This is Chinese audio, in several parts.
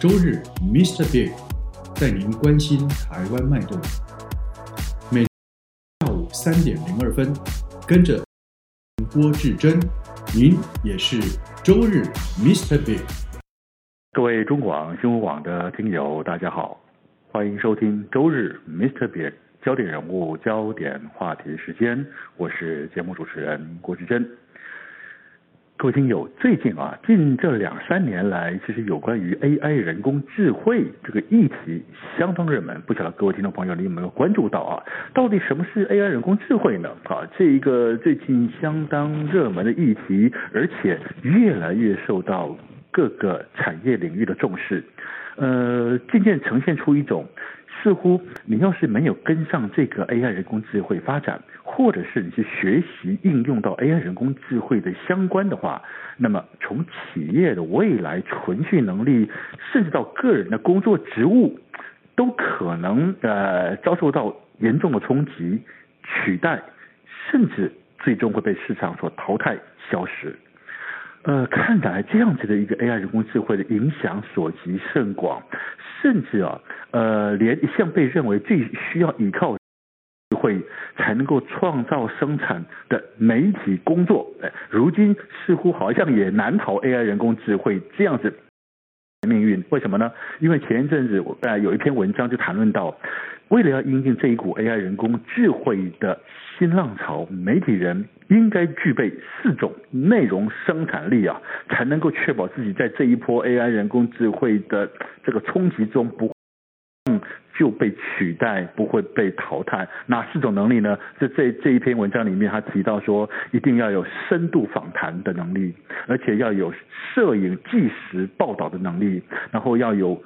周日 Mr. Big 带您关心台湾脉动。每下午三点零二分，跟着郭志珍，您也是周日 Mr. Big。各位中广新闻网的听友，大家好，欢迎收听周日 Mr. Big 焦点人物、焦点话题时间，我是节目主持人郭志珍。各位听友，最近啊，近这两三年来，其实有关于 AI 人工智慧这个议题相当热门。不晓得各位听众朋友，你有没有关注到啊？到底什么是 AI 人工智慧呢？啊，这一个最近相当热门的议题，而且越来越受到各个产业领域的重视。呃，渐渐呈现出一种似乎你要是没有跟上这个 AI 人工智慧发展，或者是你去学习应用到 AI 人工智慧的相关的话，那么从企业的未来存续能力，甚至到个人的工作职务，都可能呃遭受到严重的冲击、取代，甚至最终会被市场所淘汰、消失。呃，看来这样子的一个 AI 人工智慧的影响所及甚广，甚至啊，呃，连一向被认为最需要依靠智慧才能够创造生产的媒体工作，呃、如今似乎好像也难逃 AI 人工智慧这样子命运。为什么呢？因为前一阵子我呃有一篇文章就谈论到，为了要应应这一股 AI 人工智慧的新浪潮，媒体人。应该具备四种内容生产力啊，才能够确保自己在这一波 AI 人工智慧的这个冲击中不就被取代，不会被淘汰。哪四种能力呢？这这这一篇文章里面，他提到说，一定要有深度访谈的能力，而且要有摄影纪实报道的能力，然后要有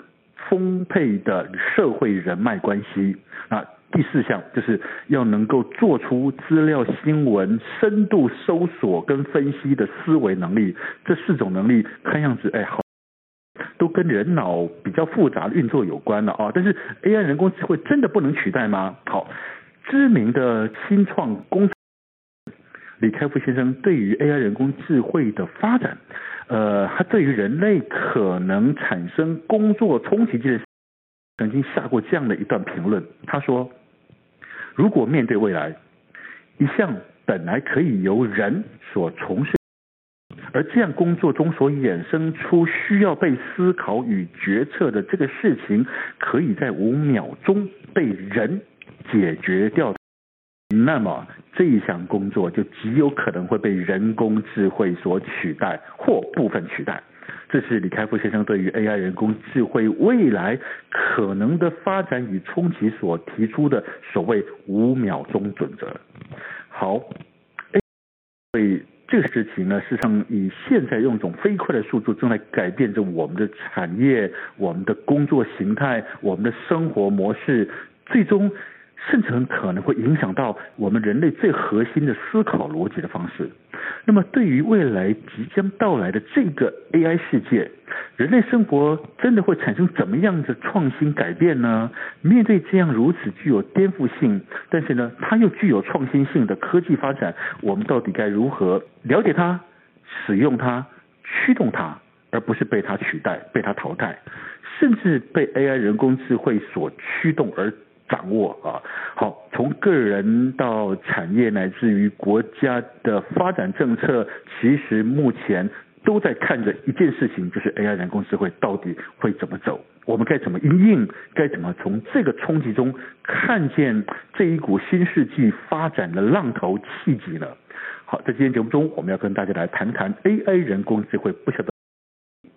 丰沛的社会人脉关系啊。第四项就是要能够做出资料、新闻、深度搜索跟分析的思维能力，这四种能力看样子，哎，好，都跟人脑比较复杂的运作有关了啊。但是 AI 人工智慧真的不能取代吗？好，知名的新创工李开复先生对于 AI 人工智慧的发展，呃，他对于人类可能产生工作冲击这件事，曾经下过这样的一段评论，他说。如果面对未来，一项本来可以由人所从事，而这样工作中所衍生出需要被思考与决策的这个事情，可以在五秒钟被人解决掉，那么这一项工作就极有可能会被人工智慧所取代或部分取代。这是李开复先生对于 AI 人工智慧未来可能的发展与冲击所提出的所谓“五秒钟准则”。好，所以这个事情呢，事实上以现在用一种飞快的速度正在改变着我们的产业、我们的工作形态、我们的生活模式，最终甚至很可能会影响到我们人类最核心的思考逻辑的方式。那么，对于未来即将到来的这个 AI 世界，人类生活真的会产生怎么样的创新改变呢？面对这样如此具有颠覆性，但是呢，它又具有创新性的科技发展，我们到底该如何了解它、使用它、驱动它，而不是被它取代、被它淘汰，甚至被 AI 人工智慧所驱动而？掌握啊，好，从个人到产业，乃至于国家的发展政策，其实目前都在看着一件事情，就是 AI 人工智慧到底会怎么走，我们该怎么应应，该怎么从这个冲击中看见这一股新世纪发展的浪头契机呢？好，在今天节目中，我们要跟大家来谈谈 AI 人工智慧，不晓得。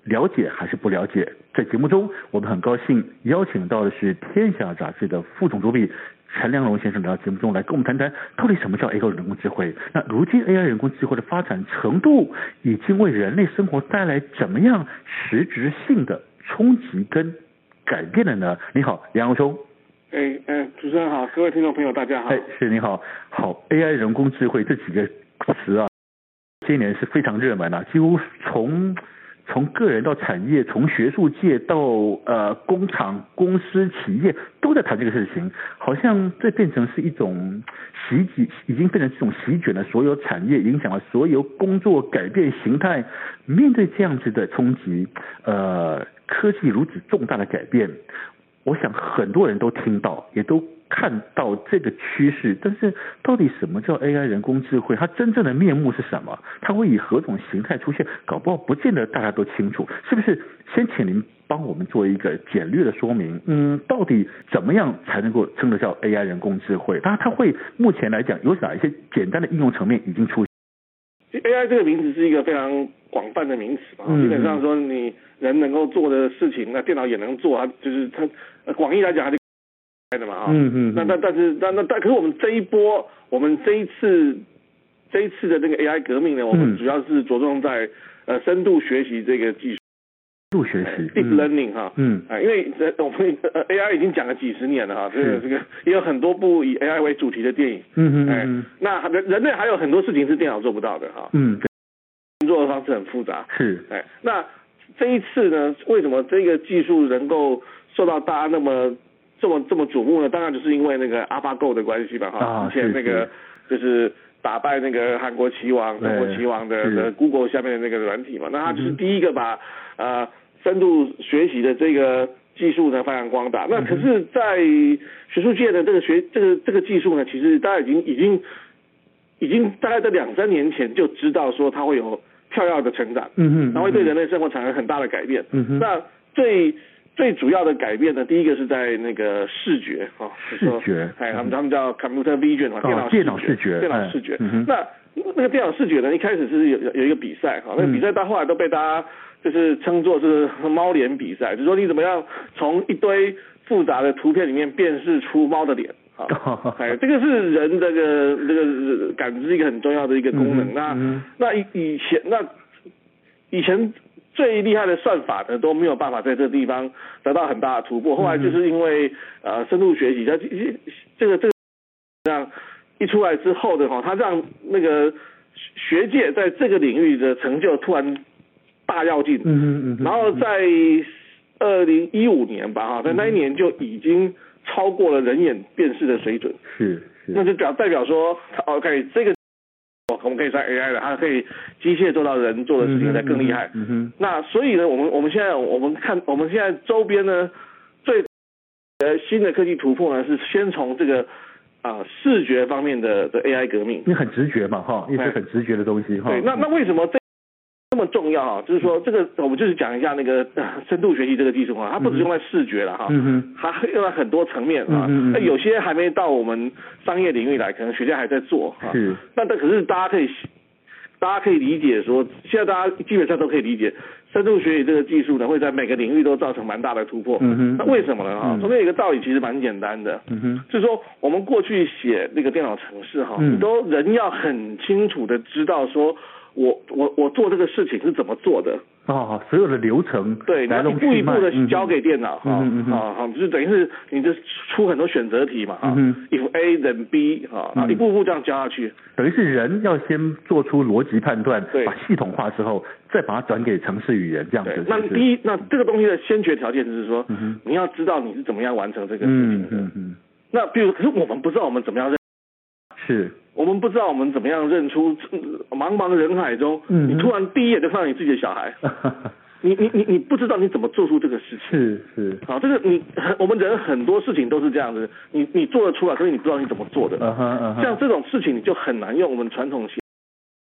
了解还是不了解？在节目中，我们很高兴邀请到的是《天下》杂志的副总主笔陈良荣先生来到节目中来跟我们谈谈，到底什么叫 AI 人工智慧？那如今 AI 人工智慧的发展程度，已经为人类生活带来怎么样实质性的冲击跟改变了呢？你好，杨洋兄。哎哎，主持人好，各位听众朋友大家好。哎，是你好，好，AI 人工智慧这几个词啊，这些年是非常热门啊，几乎从从个人到产业，从学术界到呃工厂、公司、企业都在谈这个事情，好像这变成是一种席卷，已经变成是一种席卷了所有产业，影响了所有工作，改变形态。面对这样子的冲击，呃，科技如此重大的改变，我想很多人都听到，也都看到这个趋势，但是到底什么叫 AI 人工智慧？它真正的面目是什么？它会以何种形态出现？搞不好不见得大家都清楚，是不是？先请您帮我们做一个简略的说明。嗯，到底怎么样才能够称得上 AI 人工智慧？它它会目前来讲有哪一些简单的应用层面已经出现？ AI 这个名词是一个非常广泛的名词嘛，嗯基本上说你人能够做的事情，那电脑也能做啊，就是它呃广义来讲它就 AI 的嘛啊。嗯嗯嗯那那但是那那但可是我们这一波，我们这一次这一次的那个 AI 革命呢，我嗯们主要是着重在呃深度学习这个技术哎入学习， deep learning 哈。嗯啊，因为这我们呃 AI 已经讲了几十年了哈，这个是这个也有很多部以 AI 为主题的电影，嗯嗯哎嗯，那人人类还有很多事情是电脑做不到的哈，嗯，对工作的方式很复杂，是，哎，那这一次呢，为什么这个技术能够受到大家那么这么这么瞩目呢？当然就是因为那个 AlphaGo 的关系吧，哈、啊之前那个就是打败那个韩国棋王、对中国棋王的哎是的 Google 下面的那个软体嘛，那它就嗯是哼第一个把、呃深度学习的这个。技术呢发扬光大，嗯那可是，在学术界的这个学这个这个技术呢，其实大家已经已经已经大概在两三年前就知道说它会有跳跃的成长，嗯嗯，它会对人类生活产生很大的改变。嗯哼那最最主要的改变呢，第一个是在那个视觉啊，就是说视觉哎，他嗯们他们叫 computer vision 啊，哦电电脑脑视觉电哎脑视觉嗯哼。那那个电脑视觉呢，一开始是有有有一个比赛哈，那嗯个比赛到后来都被大家就是称作是猫脸比赛，就是说你怎么样从一堆复杂的图片里面辨识出猫的脸啊。哦哎，这个是人这个这个感知一个很重要的一个功能。啊嗯那、嗯那以以前那以前最厉害的算法呢都没有办法在这个地方得到很大的突嗯破。后来就是因为呃深度学习，它这这个这个让一出来之后的哈，它让那个学界在这个领域的成就突然大跃进。嗯嗯嗯，然后在二零一五年吧，哈，在那一年就已经超过了人眼辨识的水准，是是，那就表代表说它，OK，这个我们可以算 AI 了，它可以机械做到人做的事情才更厉害。嗯哼，那所以呢，我们我们现在我们看我们现在周边呢最呃新的科技突破呢，是先从这个啊、视觉方面的的 AI 革命。因为很直觉嘛哈，也是很直觉的东西哈。对，那那为什么这这么重要啊？就是说，这个我们就是讲一下那个 呃深度学习这个技术啊，它不只用在视觉了哈，嗯哼它用在很多层面啊嗯嗯嗯。那有些还没到我们商业领域来，可能学家还在做啊哈。是。那但可是大家可以，大家可以理解说，现在大家基本上都可以理解，深度学习这个技术呢，会在每个领域都造成蛮大的突破。嗯哼那为什么呢？哈嗯，中间有一个道理其实蛮简单的。嗯哼就是说，我们过去写那个电脑程式哈，嗯你都人要很清楚的知道说我我我做这个事情是怎么做的，哦，所有的流程对，来然后一龙步一去脉嗯步的交给电脑哈嗯嗯嗯，啊哈，就是等于是你就出很多选择题嘛哈嗯哼，if A then B 哈，然后一步步这样教下去，等于是人要先做出逻辑判断，对把系统化之后，再把它转给程式语言这样对子。，那是不是第一，那这个东西的先决条件就是说嗯哼，你要知道你是怎么样完成这个事嗯情的嗯。嗯，那比如，可是我们不知道我们怎么样认，是 我们不知道我们怎么样认出呃茫茫人海中，嗯哼你突然第一眼就看到你自己的小孩，你你你你不知道你怎么做出这个事情。是是，好，这个你很我们人很多事情都是这样子，你你做得出来，可是你不知道你怎么做的。嗯哼嗯哼，像这种事情，你就很难用我们传统去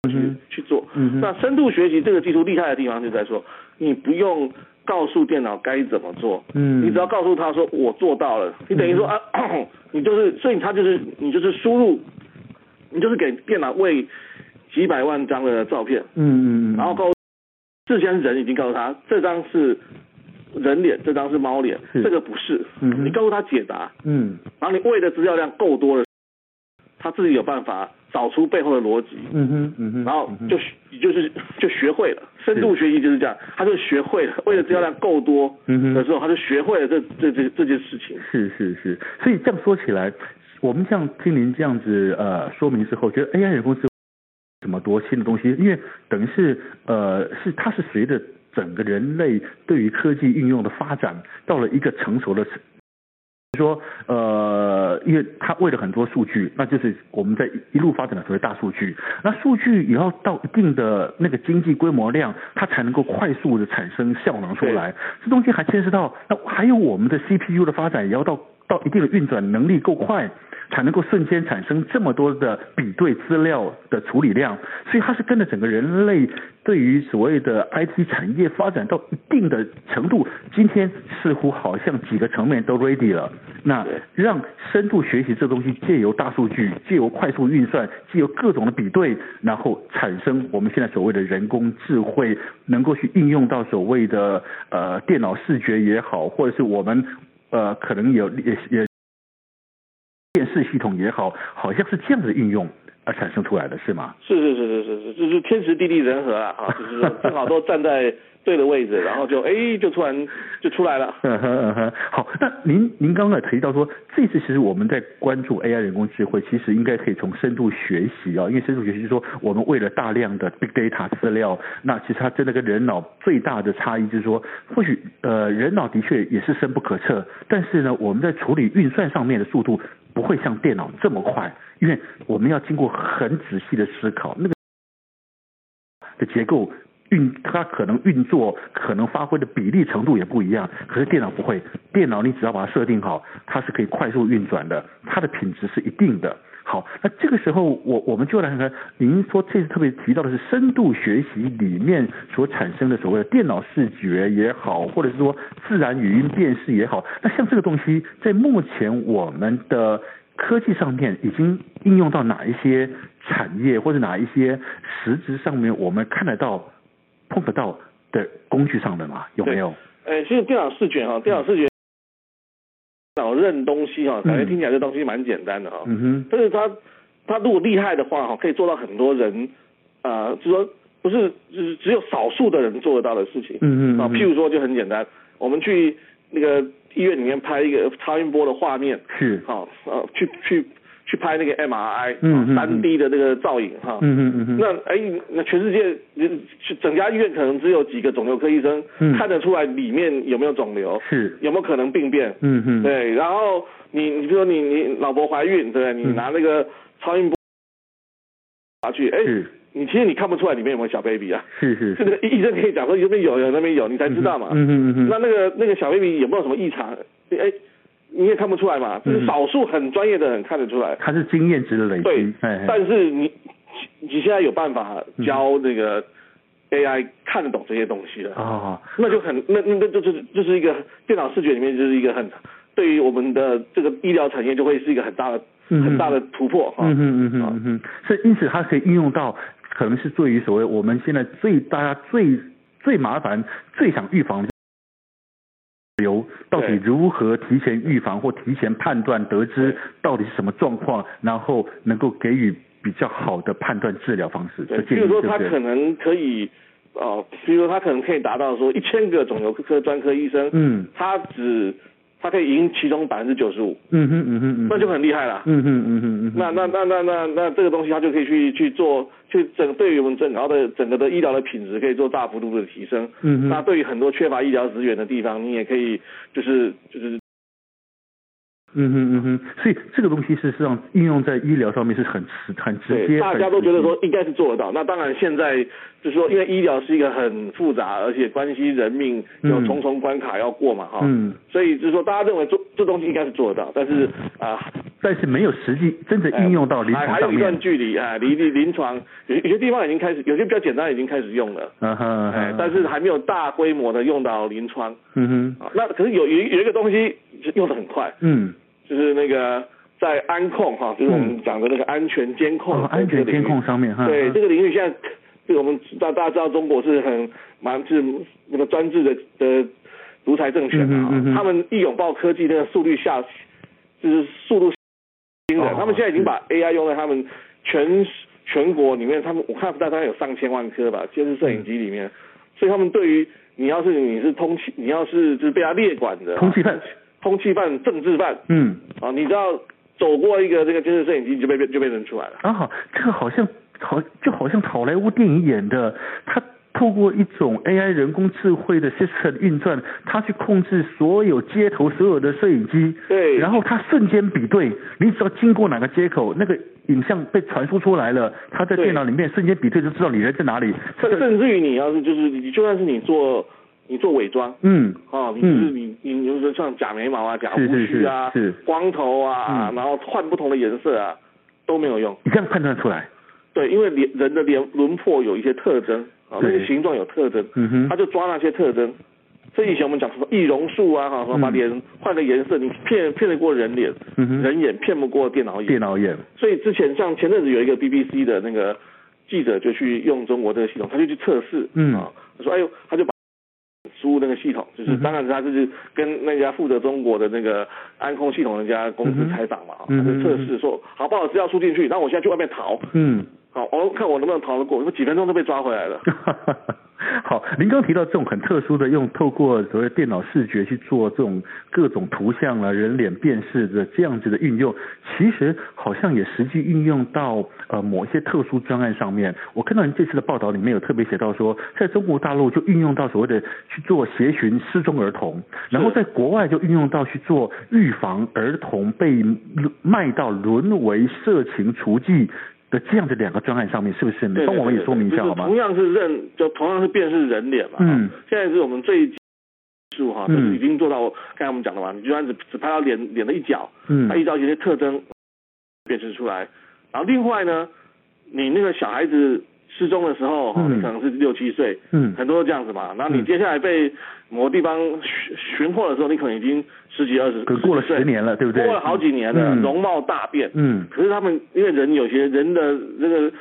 嗯哼去做。嗯哼那深度学习这个技术厉害的地方就在说，你不用告诉电脑该怎么做，嗯，你只要告诉他说我做到了，你等于说啊， 你就是，所以他就是你就是输入，你就是给电脑喂几百万张的照片，嗯嗯嗯，然后告诉事先人已经告诉他这张是人脸，这张是猫脸，是这个不是。嗯哼你告诉他解答，嗯然后你喂的资料量够多了，他自己有办法找出背后的逻辑，嗯哼，嗯哼，然后嗯哼就学就是就学会了，深度学习就是这样，他就学会了，为了资料量够多嗯哼的时候，他就学会了这这这这件事情。是是是，所以这样说起来，我们像听您这样子呃说明之后，觉得 AI 人工智能这么多新的东西，因为等于是呃是它是随着整个人类对于科技运用的发展到了一个成熟的。说，呃，因为它为了很多数据，那就是我们在一路发展的所谓大数据。那数据也要到一定的那个经济规模量，它才能够快速的产生效能出来。这东西还牵涉到，那还有我们的 CPU 的发展，也要到到一定的运转能力够快，才能够瞬间产生这么多的比对资料的处理量。所以它是跟着整个人类对于所谓的 IT 产业发展到一定的程度，今天似乎好像几个层面都 ready 了。那对让深度学习这东西借由大数据、借由快速运算、借由各种的比对，然后产生我们现在所谓的人工智慧，能够去应用到所谓的呃电脑视觉也好，或者是我们呃可能有也也电视系统也好，好像是这样的应用而产生出来的是吗？是是是是是是，就是天时地利人和啊， 啊，就是说正好都站在对的位置，然后就哎，就突然就出来了。嗯哼嗯哼，好，那您您刚刚也提到说，这次其实我们在关注 AI 人工智慧，其实应该可以从深度学习啊，因为深度学习是说我们为了大量的 big data 资料，那其实它真的跟人脑最大的差异就是说，或许呃人脑的确也是深不可测，但是呢，我们在处理运算上面的速度不会像电脑这么快，因为我们要经过很仔细的思考，那个的结构运，它可能运作可能发挥的比例程度也不一样。可是电脑不会，电脑你只要把它设定好，它是可以快速运转的，它的品质是一定的。好，那这个时候我我们就来看看，您说这次特别提到的是深度学习里面所产生的所谓的电脑视觉也好，或者是说自然语音辨识也好，那像这个东西在目前我们的科技上面已经应用到哪一些产业或者哪一些实质上面我们看得到、碰得到的工具上的嘛？有没有？ 哎，其实电脑视觉哈，电脑视觉，电脑认东西哈，感觉听起来这东西蛮简单的哈，嗯哼，但是它它如果厉害的话啊哈，可以做到很多人，呃，就说不是只只有少数的人做得到的事情。嗯哼嗯哼啊，譬如说就很简单，我们去那个医院里面拍一个超音波的画面，是，好，呃，去去去拍那个 MRI，嗯嗯嗯三 D 的这个造影哈。嗯哼嗯哼，啊那哎，那全世界呃整家医院可能只有几个肿瘤科医生、嗯看得出来里面有没有肿瘤，是，有没有可能病变。嗯哼，对，然后你你比如说你你老婆怀孕，对不对？你嗯拿那个超音波拿去，哎，是你其实你看不出来里面有没有小 baby 啊，是是 这个医医生可以讲说这边有有那边有，你才知道嘛。嗯哼嗯哼，那那个那个小 baby 有没有什么异常？哎，你也看不出来嘛，就是嗯少数很专业的人看得出来。它是经验值的累对积，，哎，但是你你你现在有办法嗯教那个 AI 看得懂这些东西了，啊，那就很那那那就就是就是一个电脑视觉里面就是一个很对于我们的这个医疗产业就会是一个很大的嗯很大的突破哈。嗯哼嗯啊哼嗯哼，所以因此它可以应用到，可能是对于所谓我们现在最大家最最麻烦、最想预防的流，到底对如何提前预防或提前判断得知到底是什么状况，然后能够给予比较好的判断治疗方式。对，这比建议如说对他不对可能可以哦，比如说他可能可以达到说一千个肿瘤科专科医生，嗯他只他可以赢其中百分之九十五，嗯哼嗯哼嗯哼，那就很厉害了。嗯哼嗯哼嗯哼，那那那那那那这个东西，它就可以去去做，去整对于我们整个的整个的医疗的品质可以做大幅度的提升。嗯哼那对于很多缺乏医疗资源的地方，你也可以就是就是嗯哼嗯哼，所以这个东西事实上应用在医疗上面是很直很直对接，大家很都觉直得接说应该是做得到。那当然现在就是说，因为医疗是一个很复杂，而且关系人命，有嗯重重关卡要过嘛，哈。嗯。所以就是说，大家认为做这东西应该是做得到，但是啊，但是没有实际真的应用到临还床哎还有上一面段。距离啊，离离临床有有些地方已经开始，有些比较简单已经开始用了。嗯哼，哎嗯，但是还没有大规模的用到临床嗯哼，啊。那可是有有一有一个东西用的很快，嗯，就是那个在安控哈，就是我们讲的那个安全监控、哦安全监控上面哈对嗯这个领域现在，这个我们大大家知道中国是很蛮是那个专制的的独裁政权啊，嗯哼嗯哼他们一拥抱科技，那个速率下就是速度惊人，哦他们现在已经把 AI 用在他们全全国里面，他们我看大概有上千万颗吧，监视摄影机里面，所以他们对于你要是你是通缉，你要是就是被啊他列管的通缉犯，通缉犯、政治犯嗯，啊，你知道走过一个这个监视摄影机，你就被被就被认出来了。啊，好，这个好像好就好像好莱坞电影演的，他透过一种 AI 人工智慧的 system 运转，他去控制所有街头所有的摄影机，对然后他瞬间比对，你只要经过哪个街口，那个影像被传输出来了，他在对电脑里面瞬间比对就知道你人在哪里，这甚个甚至于你要是就是你就算是你做你做伪装，嗯哦，你就是嗯你你你就是像假眉毛啊、假胡是是须啊、是是光头啊，嗯然后换不同的颜色啊都没有用。你这样判断出来，对，因为脸人的脸轮廓有一些特征啊，那对个形状有特征，嗯哼他就抓那些特征。所以以前我们讲什么易容术啊，哈，说把嗯脸换个颜色，你骗骗得过人脸，嗯哼人眼骗不过电脑眼。电脑眼，所以之前像前阵子有一个 BBC 的那个记者就去用中国这个系统，他就去测试，嗯啊，他说哎呦，他就把输入那个系统，就是嗯哼当然他就是跟那家负责中国的那个安控系统那家公嗯司哼采访嘛，啊他嗯哼就测试说，好，把我资料输进去，然后我现在去外面逃，嗯。好，我看我能不能逃得过，我几分钟就被抓回来了。 好，您刚提到这种很特殊的，用透过所谓电脑视觉去做这种各种图像啊、人脸辨识的这样子的运用，其实好像也实际运用到呃某一些特殊专案上面。我看到您这次的报道里面有特别写到说，在中国大陆就运用到所谓的去做协寻失踪儿童，然后在国外就运用到去做预防儿童被卖到沦为色情雏妓。的这样的两个专案上面，是不是？你对帮对我们对也说明一对下就是好吗？同样是认，就同样是辨识人脸嘛。嗯现在是我们最技术哈，就嗯是已经做到刚才我们讲的嘛，你就算只只拍到脸脸的一角，嗯它依照一些特征辨识出来。然后另外呢，你那个小孩子失踪的时候，哈嗯你可能是六七岁，嗯很多都这样子嘛。然后你嗯接下来被某个地方寻寻获的时候，你可能已经十几二十，可过了几岁十年了对不对过了好几年了，嗯容貌大变。嗯可是他们因为人有些人的这个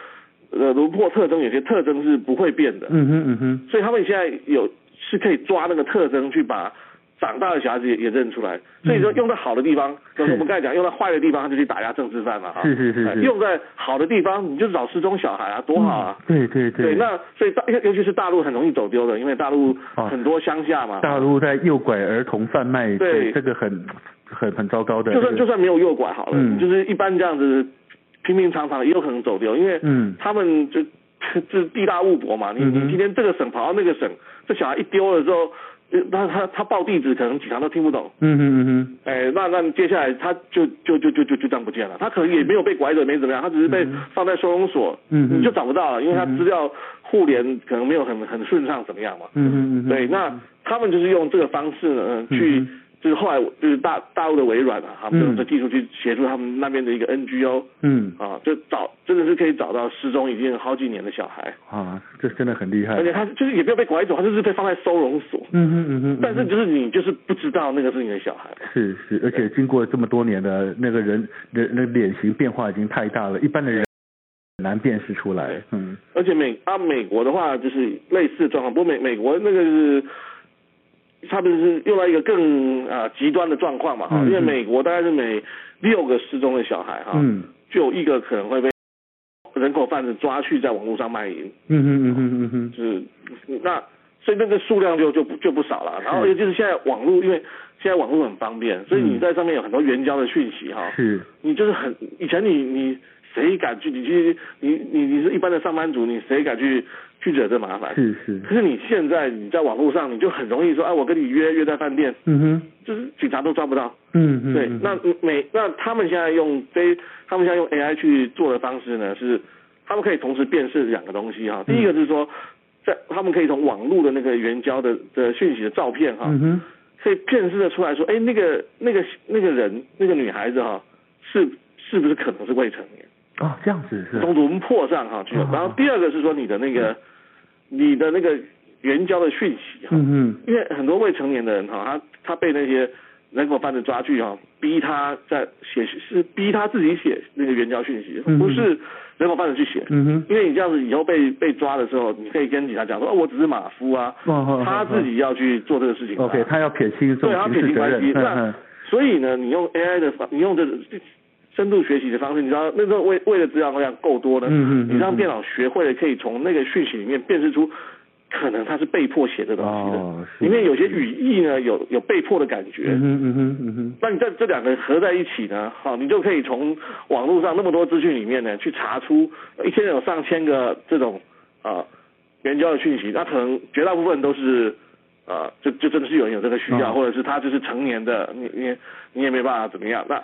呃轮廓特征，有些特征是不会变的，嗯哼嗯哼，所以他们现在有是可以抓那个特征去把长大的小孩子也也认出来。嗯所以说用在好的地方， 就是我们刚才讲用在坏的地方，他就去打压政治犯嘛啊。是是是哎是用在好的地方，你就找失踪小孩啊，多好啊。嗯对对对，那所以大尤尤其是大陆很容易走丢的，因为大陆哦很多乡下嘛，大陆在诱拐儿童贩卖，对这个很很很糟糕的，就算这就个算没有诱拐好了，嗯就是一般这样子平平常常也有可能走丢，因为嗯他们就就是地大物博嘛，你嗯哼你今天这个省跑到那个省，这小孩一丢了之后，呃那他他报地址可能警察都听不懂。嗯哼嗯哼。哎，那那接下来他就就就就就就这样不见了，他可能也没有被拐走，没怎么样，他只是被放在收容所，嗯哼你就找不到了，因为他嗯哼资料互联可能没有很很顺畅，怎么样嘛？嗯哼嗯哼，对，那他们就是用这个方式呢，呃去、嗯就是后来我就是大大陆的微软啊，他们嗯就用这技术去协助他们那边的一个 NGO 嗯啊，就找真的是可以找到失踪已经好几年的小孩，啊，这真的很厉害而。且他就是也没有被拐走，他就是被放在收容所，嗯哼嗯哼，但是就是你就是不知道那个是你的小孩。是是，而且经过这么多年的那个人人那脸型变化已经太大了，一般的人很难辨识出来。嗯而且美啊，美国的话就是类似的状况，不过美美国那个是，他们是用到一个更啊、呃极端的状况嘛哈，嗯因为嗯美国大概是每六个失踪的小孩哈，嗯就有一个可能会被人口贩子抓去在网络上卖淫，嗯哼嗯哼嗯哼，就是那所以那个数量就就不就不少了。然后是尤其是现在网络，因为现在网络很方便，所以你嗯在上面有很多援交的讯息哈，是你就是很以前你你谁敢去你去你你你是一般的上班族，你谁敢去去惹这麻烦？是是，可是你现在你在网络上，你就很容易说，哎，我跟你约约在饭店，嗯哼就是警察都抓不到。嗯哼，对，那啊每那他们现在用 A，他们现在用 AI 去做的方式呢，是他们可以同时辨识两个东西哈。嗯第一个是说，在他们可以从网络的那个援交的的讯息的照片哈，嗯哼可以辨识的出来说，哎，那个那个那个人那个女孩子哈，是是不是可能是未成年？哦这样子是，从轮廓上哈去。嗯然后第二个是说你的那个你的那个援交的讯息哈，嗯哼因为很多未成年的人哈，他他被那些人口贩子抓去哈，逼他在写是逼他自己写那个援交讯息，嗯不是人口贩子去写。嗯哼。因为你这样子以后被被抓的时候，你可以跟警察讲说，哦，我只是马夫啊，哦哦哦他自己要去做这个事情啊。哦 OK，他要撇清这种对，他刑撇事清责关系。任。那所以呢，你用 AI 的方，你用这个深度学习的方式，你知道那时候为为了资料量够多呢，嗯嗯嗯你让电脑学会了，可以从那个讯息里面辨识出可能它是被迫写这东西的，哦是里面有些语义呢有有被迫的感觉，嗯哼嗯哼嗯哼，那你在这两个合在一起呢，好，你就可以从网络上那么多资讯里面呢，去查出一天有上千个这种呃援交的讯息，那可能绝大部分都是呃，就就真的是有人有这个需要，嗯或者是他就是成年的，你你你也没办法怎么样，那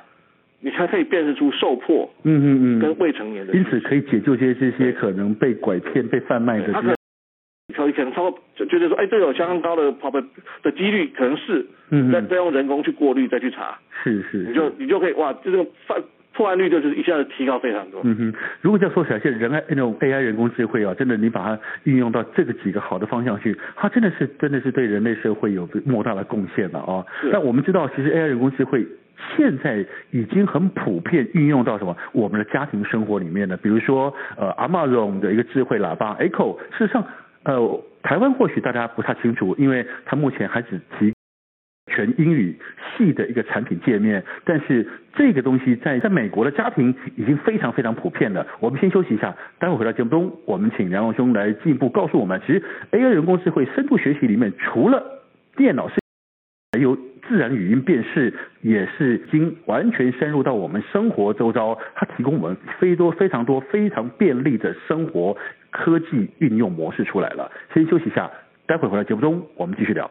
你才可以辨识出受迫嗯哼嗯。跟未成年的因讯此息，可以解救这些这些可能被拐骗、被贩卖的这他可些能。可能可能超过就觉得说，哎，这有相当高的 prob 的几率，可能是嗯再嗯，再用人工去过滤再去查，是是。你是就你就可以哇，就这个犯破案率就是一下子提高非常多。嗯哼，如果这样说起来，现在人爱那种 AI 人工智慧啊，真的你把它运用到这个几个好的方向去，它真的是真的是对人类社会有莫大的贡献了啊是。但我们知道，其实 AI 人工智慧。现在已经很普遍运用到什么我们的家庭生活里面了，比如说呃 Amazon 的一个智慧喇叭 Echo，事实上呃台湾或许大家不太清楚，因为它目前还只提全英语系的一个产品界面，但是这个东西在在美国的家庭已经非常非常普遍了。我们先休息一下，待会回到节目中，我们请梁龙兄来进一步告诉我们，其实 AI 人工智慧深度学习里面，除了电脑是还有自然语音辨识，也是已经完全深入到我们生活周遭，它提供我们非多非常多非常便利的生活科技运用模式出来了。先休息一下，待会回到节目中，我们继续聊。